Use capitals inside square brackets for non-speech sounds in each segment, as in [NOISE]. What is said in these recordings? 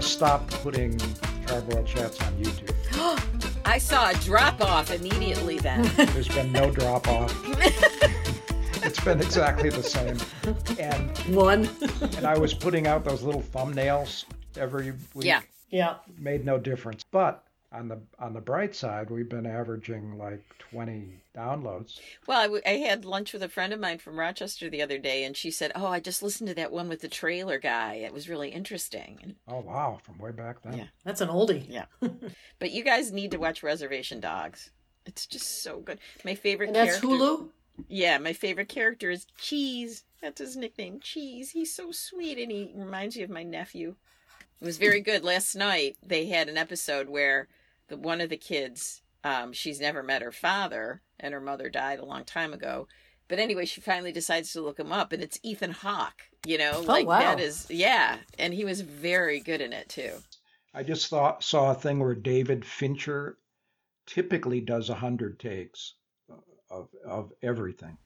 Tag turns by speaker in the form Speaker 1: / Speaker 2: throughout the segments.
Speaker 1: stop putting Charbroil Chats on YouTube.
Speaker 2: I saw a drop off immediately then.
Speaker 1: There's been no drop
Speaker 2: [LAUGHS]
Speaker 1: off. it's been exactly the same. And
Speaker 3: [LAUGHS] One.
Speaker 1: and I was putting out those little thumbnails every week.
Speaker 2: yeah.
Speaker 3: yeah.
Speaker 1: Made no difference. But on the on the bright side, we've been averaging like 20 downloads.
Speaker 2: Well, I, w- I had lunch with a friend of mine from Rochester the other day, and she said, "Oh, I just listened to that one with the trailer guy. It was really interesting." And-
Speaker 1: Oh wow, from way back then.
Speaker 2: Yeah.
Speaker 3: That's an oldie.
Speaker 2: yeah. but you guys need to watch Reservation Dogs. It's just so good. My favorite.
Speaker 3: And that's
Speaker 2: character-
Speaker 3: Hulu?
Speaker 2: Yeah, my favorite character is Cheese. That's his nickname, Cheese. He's so sweet and he reminds me of my nephew. It was very good. Last night they had an episode where the one of the kids, um, she's never met her father and her mother died a long time ago. But anyway, she finally decides to look him up and it's Ethan Hawke, you know? like
Speaker 3: wow.
Speaker 2: that is yeah. And he was very good in it too.
Speaker 1: I just thought saw a thing where David Fincher typically does 100 takes of of everything.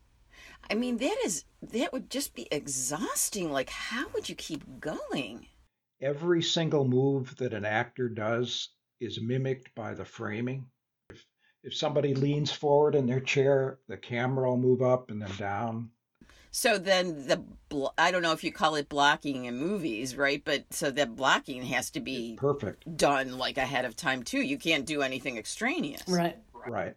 Speaker 2: I mean, that is that would just be exhausting. Like how would you keep going?
Speaker 1: every single move that an actor does is mimicked by the framing. If, if somebody leans forward in their chair, the camera will move up and then down.
Speaker 2: So then the bl- I don't know if you call it blocking in movies, right? But so that blocking has to be
Speaker 1: Perfect.
Speaker 2: done like ahead of time too. You can't do anything extraneous.
Speaker 3: Right.
Speaker 1: Right.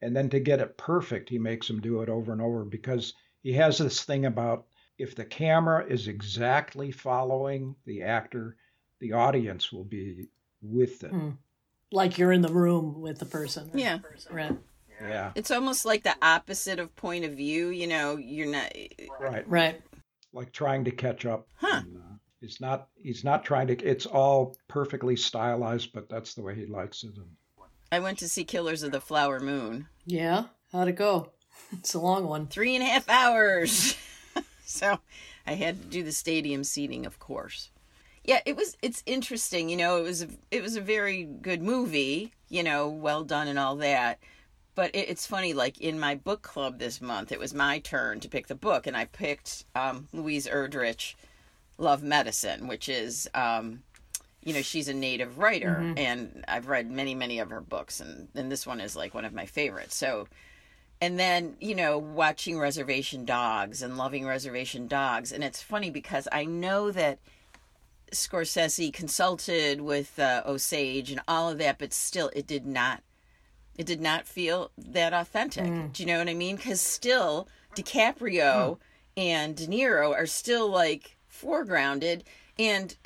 Speaker 1: And then to get it perfect, he makes them do it over and over because he has this thing about if the camera is exactly following the actor, the audience will be with
Speaker 3: Hmm.
Speaker 1: it.
Speaker 3: Like you're in the room with the person.
Speaker 2: Yeah.
Speaker 3: Right.
Speaker 1: Yeah.
Speaker 2: It's almost like the opposite of point of view, you know, you're not
Speaker 1: Right.
Speaker 3: Right.
Speaker 1: like trying to catch up.
Speaker 2: Huh.
Speaker 1: And, uh, he's not. He's not trying to. It's all perfectly stylized, but that's the way he likes it. And
Speaker 2: I went to see Killers of the Flower Moon.
Speaker 3: Yeah. How'd it go? [LAUGHS] It's a long one.
Speaker 2: Three and a half hours. [LAUGHS] so I had to do the stadium seating, of course. Yeah, it was it's interesting, you know, it was a, it was a very good movie, you know, well done and all that. But it, it's funny like in my book club this month, it was my turn to pick the book and I picked um Louise Erdrich Love Medicine, which is um you know, she's a native writer and I've read many many of her books and and this one is like one of my favorites. So and then you know watching reservation dogs and loving reservation dogs and it's funny because i know that scorsese consulted with uh, osage and all of that but still it did not it did not feel that authentic do you know what i mean because still dicaprio and de niro are still like foregrounded and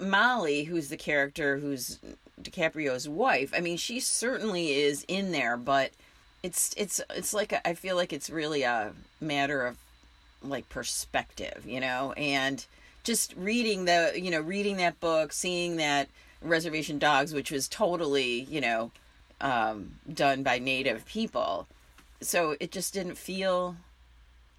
Speaker 2: Molly, who's the character who's DiCaprio's wife, I mean, she certainly is in there, but it's it's it's like a, I feel like it's really a matter of like perspective, you know, and just reading the you know reading that book, seeing that Reservation Dogs, which was totally you know um, done by Native people, so it just didn't feel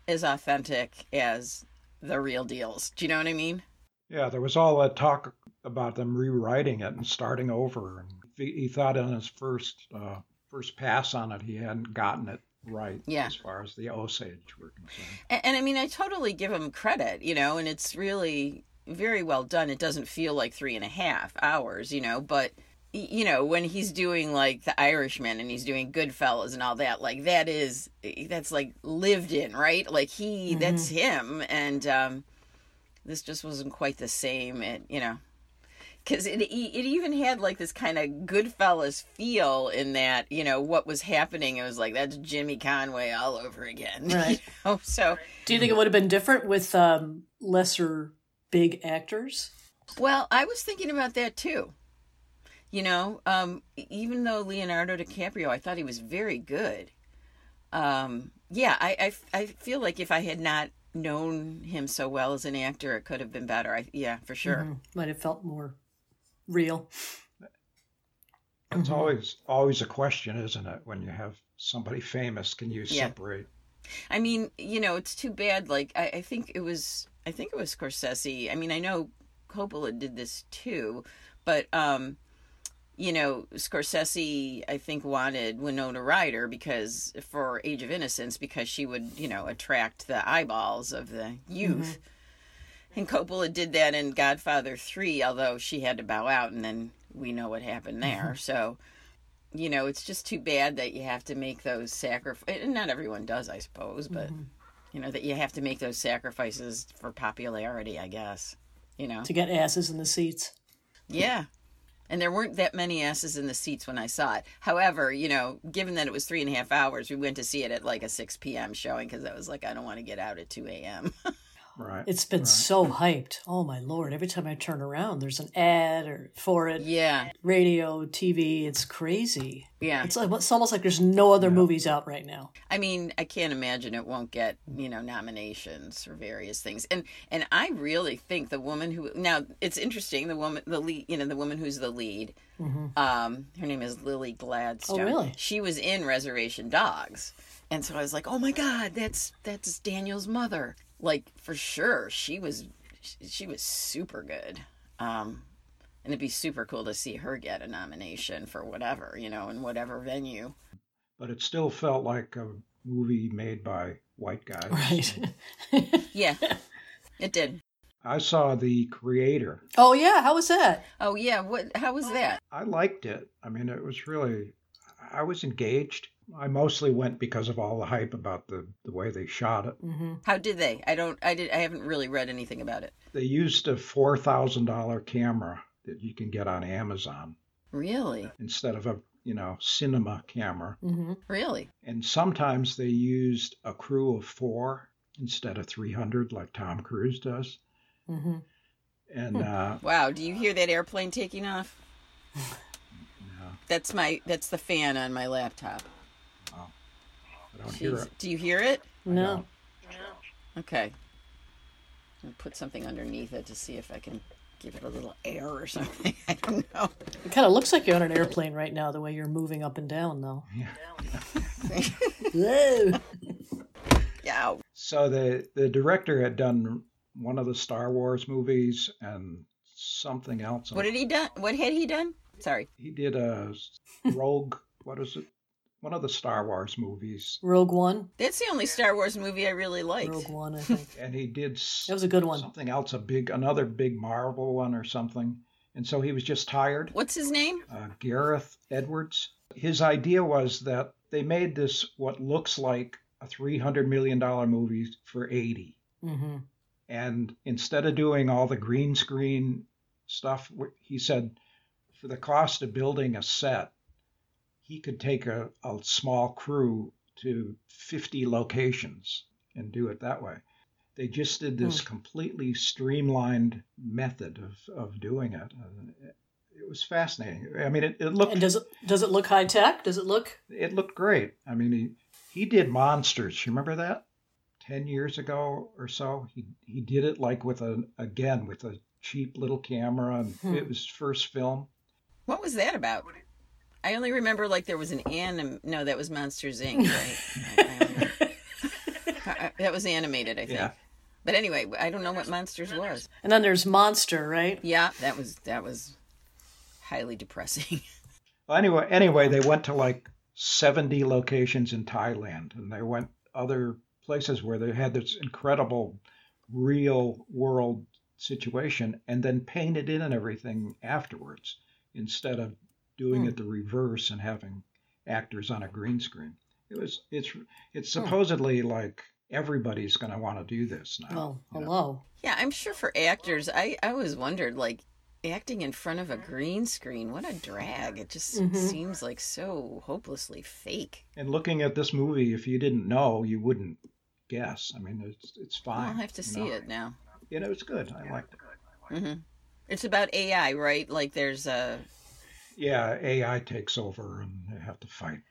Speaker 2: as authentic as the real deals. Do you know what I mean?
Speaker 1: yeah, there was all that talk about them rewriting it and starting over. And he, he thought on his first uh, first pass on it, he hadn't gotten it right
Speaker 2: Yeah.
Speaker 1: as far as the Osage were concerned.
Speaker 2: And, and I mean, I totally give him credit, you know, and it's really very well done. It doesn't feel like three and a half hours, you know, but y- you know when he's doing like the irishman and he's doing goodfellas and all that like that is eh, that's like lived in right like he that's him and um this just wasn't quite the same it you know because it, it even had like this kind of Goodfellas feel in that you know what was happening. It was like that's Jimmy Conway all over again. [LAUGHS]
Speaker 3: Right.
Speaker 2: You know? So
Speaker 3: Do you think
Speaker 2: Hmm.
Speaker 3: it would have been different with um, lesser big actors?
Speaker 2: well, I was thinking about that too. You know, um, even though Leonardo DiCaprio, I thought he was very good. Um, yeah, I, I I feel like if I had not known him so well as an actor, it could have been better. I, yeah, for sure.
Speaker 3: Might have felt more real.
Speaker 2: Mm-hmm.
Speaker 1: It's always always a question, isn't it? When you have somebody famous, can you
Speaker 2: Yeah.
Speaker 1: separate?
Speaker 2: I mean, you know, it's too bad. Like, I, I think it was, I think it was Scorsese. I mean, I know Coppola did this too, but, um, you know, Scorsese, I think, wanted Winona Ryder because for Age of Innocence, because she would, you know, attract the eyeballs of the youth. And Coppola did that in Godfather 3, although she had to bow out, and then we know what happened there. so, you know, it's just too bad that you have to make those sacrifices. And not everyone does, I suppose, but, you know, that you have to make those sacrifices for popularity, I guess. You know?
Speaker 3: to get asses in the seats.
Speaker 2: Yeah. And there weren't that many asses in the seats when I saw it. However, you know, given that it was three and a half hours, we went to see it at like a 6 p.m. showing because I was like, I don't want to get out at 2 a.m.
Speaker 1: Right.
Speaker 3: It's been so hyped. Oh my lord! Every time I turn around, there's an ad or for it.
Speaker 2: [LAUGHS] yeah.
Speaker 3: Radio, TV. It's crazy.
Speaker 2: Yeah.
Speaker 3: It's, like, it's almost like there's no other movies out right now.
Speaker 2: I mean, I can't imagine it won't get, you know, nominations for various things. And and I really think the woman who now it's interesting, the woman the lead, you know, the woman who's the lead.
Speaker 3: Mm-hmm.
Speaker 2: Um her name is Lily Gladstone.
Speaker 3: Oh, really?
Speaker 2: She was in Reservation Dogs. And so I was like, "Oh my god, that's that's Daniel's mother." Like for sure, she was she, she was super good. Um and it'd be super cool to see her get a nomination for whatever, you know, in whatever venue.
Speaker 1: But it still felt like a movie made by white guys.
Speaker 3: Right. [LAUGHS]
Speaker 2: Yeah. it did.
Speaker 1: I saw the creator.
Speaker 3: oh yeah. How was that?
Speaker 2: Oh yeah, what? How was that?
Speaker 1: I liked it. I mean, it was really, I was engaged. I mostly went because of all the hype about the, the way they shot it.
Speaker 3: Mm-hmm.
Speaker 2: How did they? I don't. I did. I haven't really read anything about it.
Speaker 1: They used a $4,000 camera that you can get on Amazon
Speaker 2: Really,
Speaker 1: instead of a, you know, cinema camera.
Speaker 3: Mm-hmm.
Speaker 2: really.
Speaker 1: And sometimes they used a crew of four instead of 300 like Tom Cruise does.
Speaker 3: Mm-hmm.
Speaker 1: And uh,
Speaker 2: Wow. Do you hear that airplane taking off? That's my. That's the fan on my laptop.
Speaker 1: I don't hear
Speaker 2: Jeez.
Speaker 1: it.
Speaker 2: Do you hear it?
Speaker 3: No.
Speaker 2: Okay. I'll put something underneath it to see if I can give it a little air or something. [LAUGHS] I don't know.
Speaker 3: It kind of looks like you're on an airplane right now, the way you're moving up and down, though. Whoa.
Speaker 2: Yeah.
Speaker 1: So the the director had done one of the Star Wars movies and something else.
Speaker 2: What did he done? What had he done? Sorry.
Speaker 1: He did a Rogue. what is it? One of the Star Wars movies,
Speaker 3: Rogue One.
Speaker 2: That's the only Star Wars movie I really
Speaker 3: Rogue
Speaker 2: liked.
Speaker 3: One. I think
Speaker 1: and he did s-
Speaker 3: that was a good one.
Speaker 1: something else, a big another big Marvel one or something. And so he was just tired.
Speaker 2: What's his name?
Speaker 1: uh, Gareth Edwards. His idea was that they made this what looks like a $300 million movie for 80.
Speaker 3: Mm-hmm.
Speaker 1: And instead of doing all the green screen stuff, wh- he said for the cost of building a set, he could take a, a small crew to 50 locations and do it that way. They just did this
Speaker 3: Hmm.
Speaker 1: completely streamlined method of, of doing it. And it- It was fascinating. I mean, it, it looked
Speaker 3: And does it does it look high tech? Does it look?
Speaker 1: it looked great. I mean, he he did monsters. You remember that? Ten years ago or so, he he did it like with a again with a cheap little camera, and it was his first film.
Speaker 2: What was that about? I only remember like there was an anim. No, that was Monsters Inc.
Speaker 1: [LAUGHS]
Speaker 2: Right? I- I only- [LAUGHS] I- I- that was animated, I think.
Speaker 1: Yeah.
Speaker 2: But anyway, I don't know what Monsters was.
Speaker 3: And then there's Monster, right?
Speaker 2: Yeah, that was that was highly depressing. [LAUGHS]
Speaker 1: Well, anyway, anyway, they went to like seventy locations in Thailand, and they went other places where they had this incredible real world situation, and then painted in and everything afterwards instead of doing
Speaker 2: Hmm.
Speaker 1: it the reverse and having actors on a green screen. It was it's it's
Speaker 2: Hmm.
Speaker 1: supposedly like everybody's going to want to do this now.
Speaker 3: Oh, hello.
Speaker 2: yeah, I'm sure for actors, I I always wondered like acting in front of a green screen. What a drag! It just seems like so hopelessly fake.
Speaker 1: And looking at this movie, if you didn't know, you wouldn't guess. I mean, it's it's fine.
Speaker 2: I'll have to
Speaker 1: you
Speaker 2: see
Speaker 1: know?
Speaker 2: it now. Mm-hmm.
Speaker 1: You know, it's good. I liked it.
Speaker 2: It's about AI, right? Like there's a
Speaker 1: Yeah, AI takes over and they have to fight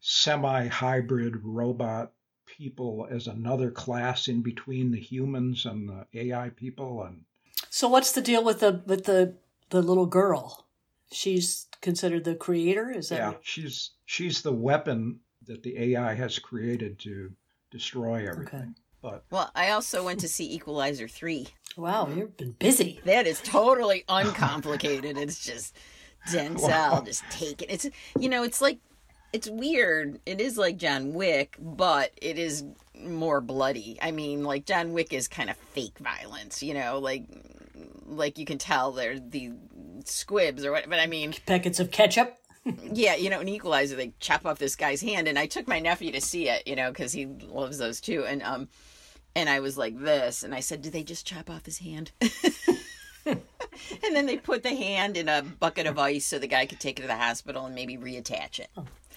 Speaker 1: semi hybrid robot people as another class in between the humans and the AI people. And
Speaker 3: So what's the deal with the with the the little girl? She's considered the creator. Is that?
Speaker 1: yeah, she's she's the weapon that the AI has created to destroy everything. But
Speaker 2: well, I also went to see Equalizer three.
Speaker 3: Wow, you've been busy.
Speaker 2: That is totally uncomplicated. It's just Denzel just taking it's you know, it's like it's weird. It is like John Wick, but it is more bloody. I mean, like John Wick is kind of fake violence, you know, like like you can tell they're the squibs or what. But I mean,
Speaker 3: Packets of ketchup.
Speaker 2: yeah, you know, an equalizer, they chop off this guy's hand, and I took my nephew to see it, you know, because he loves those too, and um, and I was like this, and I said, "Do they just chop off his hand?" [LAUGHS] and then they put the hand in a bucket of ice so the guy could take it to the hospital and maybe reattach it.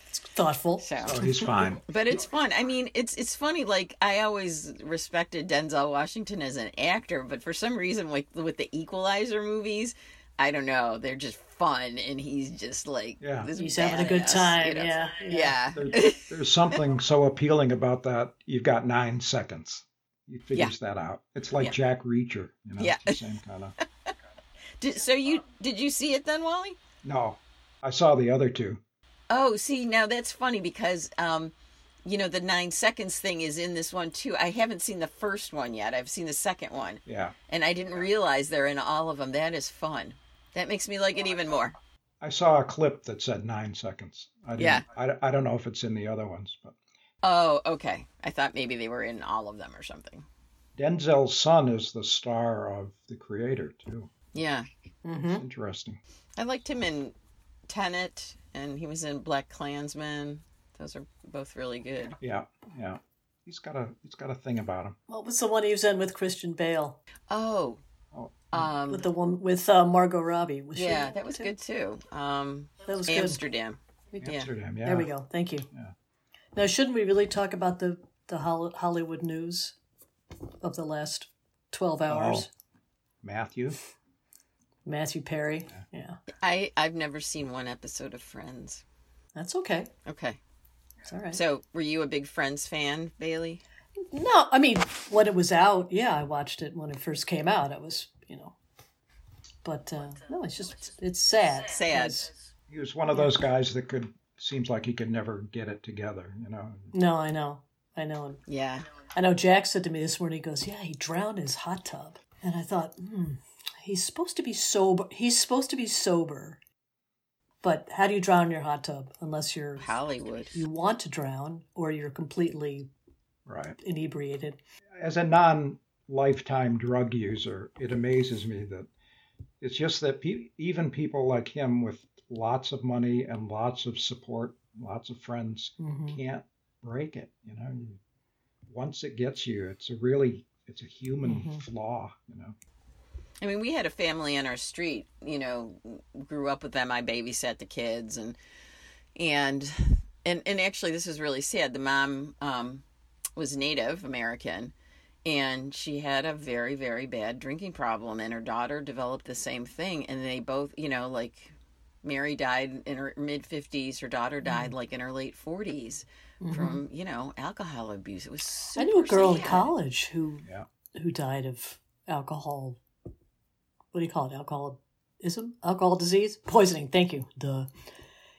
Speaker 3: It's thoughtful.
Speaker 2: So,
Speaker 1: Oh, he's fine.
Speaker 2: but it's fun. I mean, it's it's funny. Like I always respected Denzel Washington as an actor, but for some reason, like with the Equalizer movies, I don't know, they're just fun, and he's just like
Speaker 1: Yeah.
Speaker 2: this
Speaker 3: He's having a good
Speaker 2: badass,
Speaker 3: time,
Speaker 2: you know?
Speaker 3: yeah,
Speaker 2: yeah.
Speaker 1: There- there's something so appealing about that. You've got nine seconds. He figures that out. It's like
Speaker 2: Yeah.
Speaker 1: Jack Reacher. You know,
Speaker 2: Yeah.
Speaker 1: it's the same kind of.
Speaker 2: Did, so you did you see it then, Wally?
Speaker 1: No, I saw the other two.
Speaker 2: Oh, see, now that's funny because um, you know the nine seconds thing is in this one too. I haven't seen the first one yet. I've seen the second one,
Speaker 1: Yeah,
Speaker 2: and I didn't realize they're in all of them. That is fun. That makes me like it even more.
Speaker 1: I saw a clip that said nine seconds. I didn't,
Speaker 2: Yeah.
Speaker 1: I, I don't know if it's in the other ones, but
Speaker 2: Oh, okay. I thought maybe they were in all of them or something.
Speaker 1: Denzel's son is the star of the creator too.
Speaker 2: Yeah,
Speaker 3: Mm-hmm.
Speaker 1: Interesting.
Speaker 2: I liked him in Tenet, and he was in Black Klansman. Those are both really good.
Speaker 1: Yeah, yeah. He's got a he's got a thing about him.
Speaker 3: What was the one he was in with Christian Bale?
Speaker 2: Oh,
Speaker 1: Oh,
Speaker 2: um,
Speaker 3: Mm. With the one with uh, Margot Robbie. Was she in
Speaker 2: yeah,
Speaker 3: it
Speaker 2: that was
Speaker 3: too?
Speaker 2: good too. Um,
Speaker 3: That was good.
Speaker 2: Amsterdam. Yeah.
Speaker 1: Amsterdam. Yeah.
Speaker 3: There we go. Thank you.
Speaker 1: Yeah.
Speaker 3: Now, shouldn't we really talk about the the Hol- Hollywood news of the last twelve
Speaker 1: Oh.
Speaker 3: hours?
Speaker 1: Matthew.
Speaker 3: Matthew Perry. Yeah.
Speaker 2: I I've never seen one episode of Friends.
Speaker 3: that's okay.
Speaker 2: Okay.
Speaker 3: It's all right.
Speaker 2: So, were you a big Friends fan, Bailey?
Speaker 3: no, I mean when it was out, yeah, I watched it when it first came out. I was, you know, but uh, no, it's just it's sad.
Speaker 2: Sad.
Speaker 3: It's-
Speaker 1: He was one of those guys that could seems like he could never get it together. You know.
Speaker 3: No, I know, I know. And
Speaker 2: Yeah.
Speaker 3: I know Jack said to me this morning, he goes, Yeah, he drowned in his hot tub. And I thought, hmm, he's supposed to be sober. He's supposed to be sober. But how do you drown in your hot tub unless you're
Speaker 2: Hollywood.
Speaker 3: you want to drown or you're completely
Speaker 1: Right.
Speaker 3: inebriated?
Speaker 1: As a non-lifetime drug user, it amazes me that it's just that pe- even people like him with lots of money and lots of support, lots of friends,
Speaker 3: hmm
Speaker 1: can't break it. You know, you, once it gets you, it's a really it's a human flaw. You know.
Speaker 2: I mean, we had a family on our street, you know, grew up with them. I babysat the kids and and and and actually this is really sad. The mom um was Native American and she had a very very bad drinking problem and her daughter developed the same thing and they both, you know, like Mary died in her mid 50s, her daughter died
Speaker 3: Mm-hmm.
Speaker 2: like in her late 40s from, you know, alcohol abuse. It was super
Speaker 3: I knew a girl in
Speaker 2: sad.
Speaker 3: college who
Speaker 1: Yeah.
Speaker 3: who died of alcohol. What do you call it? Alcoholism? Alcohol disease? Poisoning. Thank you. Duh.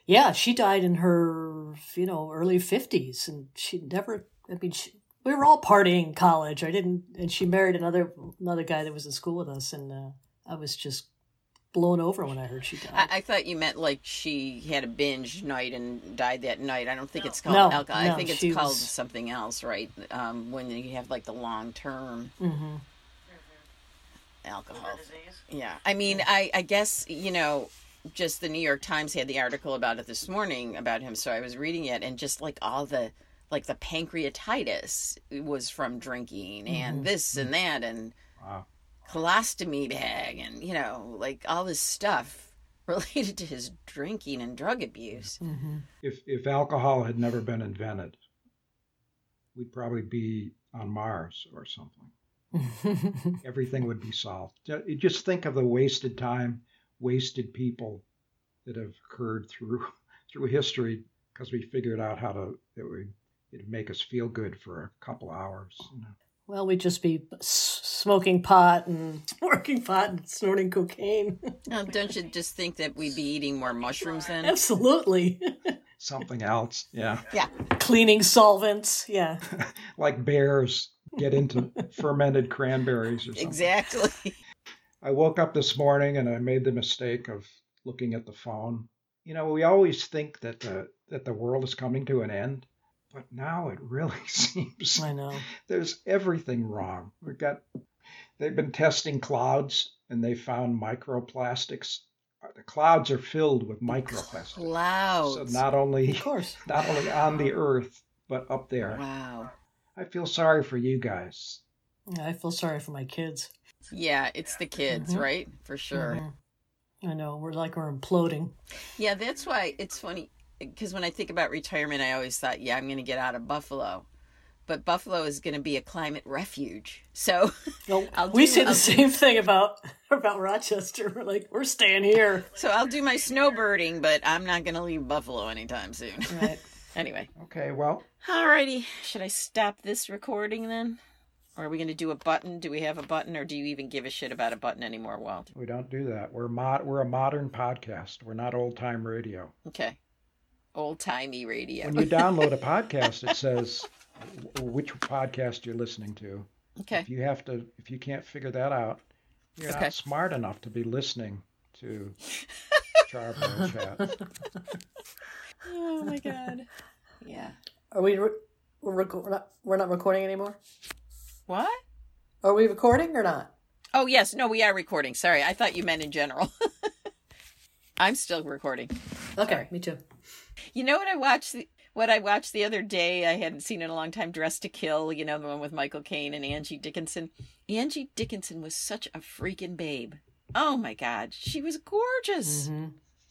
Speaker 3: Yeah, she died in her, you know, early 50s. And she never, I mean, she, we were all partying in college. I didn't, and she married another another guy that was in school with us. And uh, I was just blown over when I heard she died.
Speaker 2: I, I thought you meant like she had a binge night and died that night. I don't think it's called
Speaker 3: No,
Speaker 2: alcohol.
Speaker 3: no,
Speaker 2: I think it's
Speaker 3: she
Speaker 2: called
Speaker 3: was-
Speaker 2: something else, right? Um, when you have like the long term
Speaker 3: hmm
Speaker 2: alcohol. Yeah. I mean, I, I guess, you know, just the New York Times had the article about it this morning about him. So I was reading it and just like all the, like the pancreatitis was from drinking
Speaker 3: Mm-hmm.
Speaker 2: and this and that and
Speaker 1: Wow.
Speaker 2: colostomy bag and, you know, like all this stuff [LAUGHS] related to his drinking and drug abuse.
Speaker 3: hmm
Speaker 1: If if alcohol had never been invented, we'd probably be on Mars or something.
Speaker 3: Mm-hmm.
Speaker 1: Everything would be solved. Ju- you Just think of the wasted time, wasted people that have occurred through [LAUGHS] through history because we figured out how to it would it'd make us feel good for a couple hours. You know.
Speaker 3: [LAUGHS] well, we'd just be s- smoking pot and [LAUGHS] smoking pot and snorting cocaine.
Speaker 2: Um, don't you just think that we'd be eating more mushrooms
Speaker 3: [LAUGHS]
Speaker 2: then?
Speaker 3: Absolutely.
Speaker 1: Something else, yeah.
Speaker 2: Yeah.
Speaker 3: cleaning solvents. Yeah.
Speaker 1: like bears get into [LAUGHS] fermented cranberries or something.
Speaker 2: Exactly.
Speaker 1: I woke up this morning and I made the mistake of looking at the phone. You know, we always think that the that the world is coming to an end. But now it really [LAUGHS] seems
Speaker 3: I know.
Speaker 1: there's everything wrong. We've got they've been testing clouds and they found microplastics. The clouds are filled with microplastics. So
Speaker 2: Clouds.
Speaker 1: not only
Speaker 3: Of course.
Speaker 1: not only on the earth but up there.
Speaker 2: wow.
Speaker 1: I feel sorry for you guys.
Speaker 3: Yeah, I feel sorry for my kids.
Speaker 2: Yeah, it's the kids,
Speaker 3: Mhm.
Speaker 2: right? For sure.
Speaker 3: Mhm. I know. We're like we're imploding.
Speaker 2: Yeah, that's why it's funny because when I think about retirement, I always thought, yeah, I'm going to get out of Buffalo. But Buffalo is going to be a climate refuge. So [LAUGHS]
Speaker 3: No,
Speaker 2: I'll
Speaker 3: we
Speaker 2: do-
Speaker 3: say the
Speaker 2: I'll do-
Speaker 3: same thing about [LAUGHS] about Rochester. We're like we're staying here.
Speaker 2: so I'll do my snowbirding, but I'm not going to leave Buffalo anytime soon. [LAUGHS]
Speaker 3: Right.
Speaker 2: anyway.
Speaker 1: Okay, well,
Speaker 2: Alrighty. Should I stop this recording then? Or are we going to do a button? Do we have a button or do you even give a shit about a button anymore, Walt?
Speaker 1: we don't do that. We're mod we're a modern podcast. We're not old time radio.
Speaker 2: Okay. Old timey radio.
Speaker 1: When you download a podcast, it says w- which podcast you're listening to.
Speaker 2: okay.
Speaker 1: If you have to, if you can't figure that out, you're
Speaker 2: Okay.
Speaker 1: not smart enough to be listening to
Speaker 2: [LAUGHS]
Speaker 1: Charbro Chat.
Speaker 2: [LAUGHS] Oh my god. Yeah.
Speaker 3: Are we? Re- we're, reco- we're not. We're not recording anymore.
Speaker 2: What?
Speaker 3: Are we recording or not?
Speaker 2: Oh, yes. No, we are recording. Sorry. I thought you meant in general. [LAUGHS] I'm still recording.
Speaker 3: Okay, me too.
Speaker 2: You know what I watched? The, what I watched the other day, I hadn't seen in a long time, Dressed to Kill, you know, the one with Michael Caine and Angie Dickinson. Angie Dickinson was such a freaking babe. Oh my God. She was gorgeous.
Speaker 1: Yeah,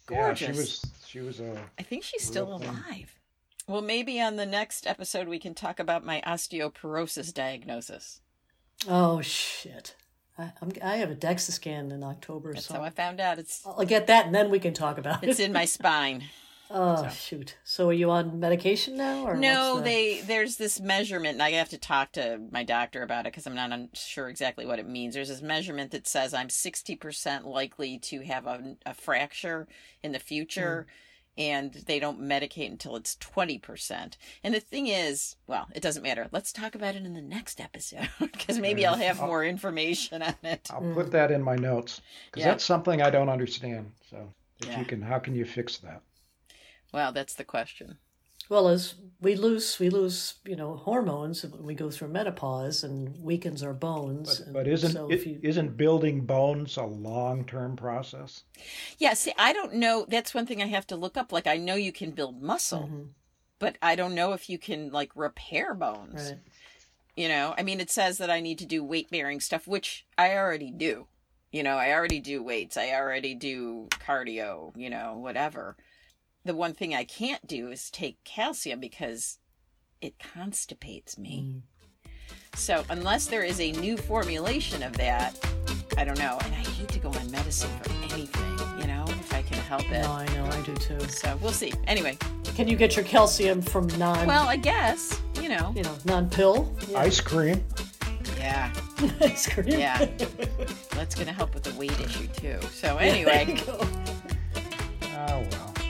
Speaker 2: Gorgeous.
Speaker 1: she was. She was a.
Speaker 2: I think she's still
Speaker 1: Real thing.
Speaker 2: alive. Well, maybe on the next episode, we can talk about my osteoporosis diagnosis.
Speaker 3: Oh shit! I, I'm, I have a DEXA scan in October,
Speaker 2: That's
Speaker 3: so
Speaker 2: how I found
Speaker 1: [LAUGHS]
Speaker 2: out. It's
Speaker 3: I'll get that, and then we can talk [LAUGHS] about
Speaker 2: it's
Speaker 3: it.
Speaker 2: in my spine.
Speaker 3: Oh shoot! So are you on medication now? Or
Speaker 2: No,
Speaker 3: what's the-
Speaker 2: they there's this measurement, and I have to talk to my doctor about it because I'm not un- sure exactly what it means. There's this measurement that says I'm 60% likely to have a, a fracture in the future,
Speaker 3: Hmm.
Speaker 2: and they don't medicate until it's 20%. And the thing is, well, it doesn't matter. Let's talk about it in the next episode [LAUGHS] because maybe I'll have more information on it.
Speaker 1: I'll put that in my notes because
Speaker 2: Mm. Yeah.
Speaker 1: that's something I don't understand. So if
Speaker 2: Yeah.
Speaker 1: you can, how can you fix that?
Speaker 2: Well, that's the question.
Speaker 3: Well, as we lose, we lose, you know, hormones when we go through menopause and weakens our bones. and
Speaker 1: But isn't
Speaker 3: so
Speaker 1: is
Speaker 3: if you,
Speaker 1: isn't building bones a long term process?
Speaker 2: Yeah, see, I don't know. That's one thing I have to look up. Like, I know you can build muscle.
Speaker 3: Mhm,
Speaker 2: but I don't know if you can like repair bones.
Speaker 3: right?
Speaker 2: You know, I mean, it says that I need to do weight bearing stuff, which I already do. You know, I already do weights, I already do cardio, you know, whatever. The one thing I can't do is take calcium because it constipates me.
Speaker 3: Mm.
Speaker 2: So, unless there is a new formulation of that, I don't know. And I hate to go on medicine for anything, you know, if I can help it.
Speaker 3: No, I know, I do too.
Speaker 2: So, we'll see. Anyway,
Speaker 3: Can you get your calcium from non,
Speaker 2: well, I guess, you know,
Speaker 3: [LAUGHS] you know, non-pill [LAUGHS] yeah.
Speaker 1: Ice cream.
Speaker 2: yeah.
Speaker 3: ice cream?
Speaker 2: Yeah.
Speaker 3: [LAUGHS]
Speaker 2: That's going to help with the weight issue, too. So,
Speaker 3: There
Speaker 2: anyway.
Speaker 3: you go.
Speaker 1: Oh well.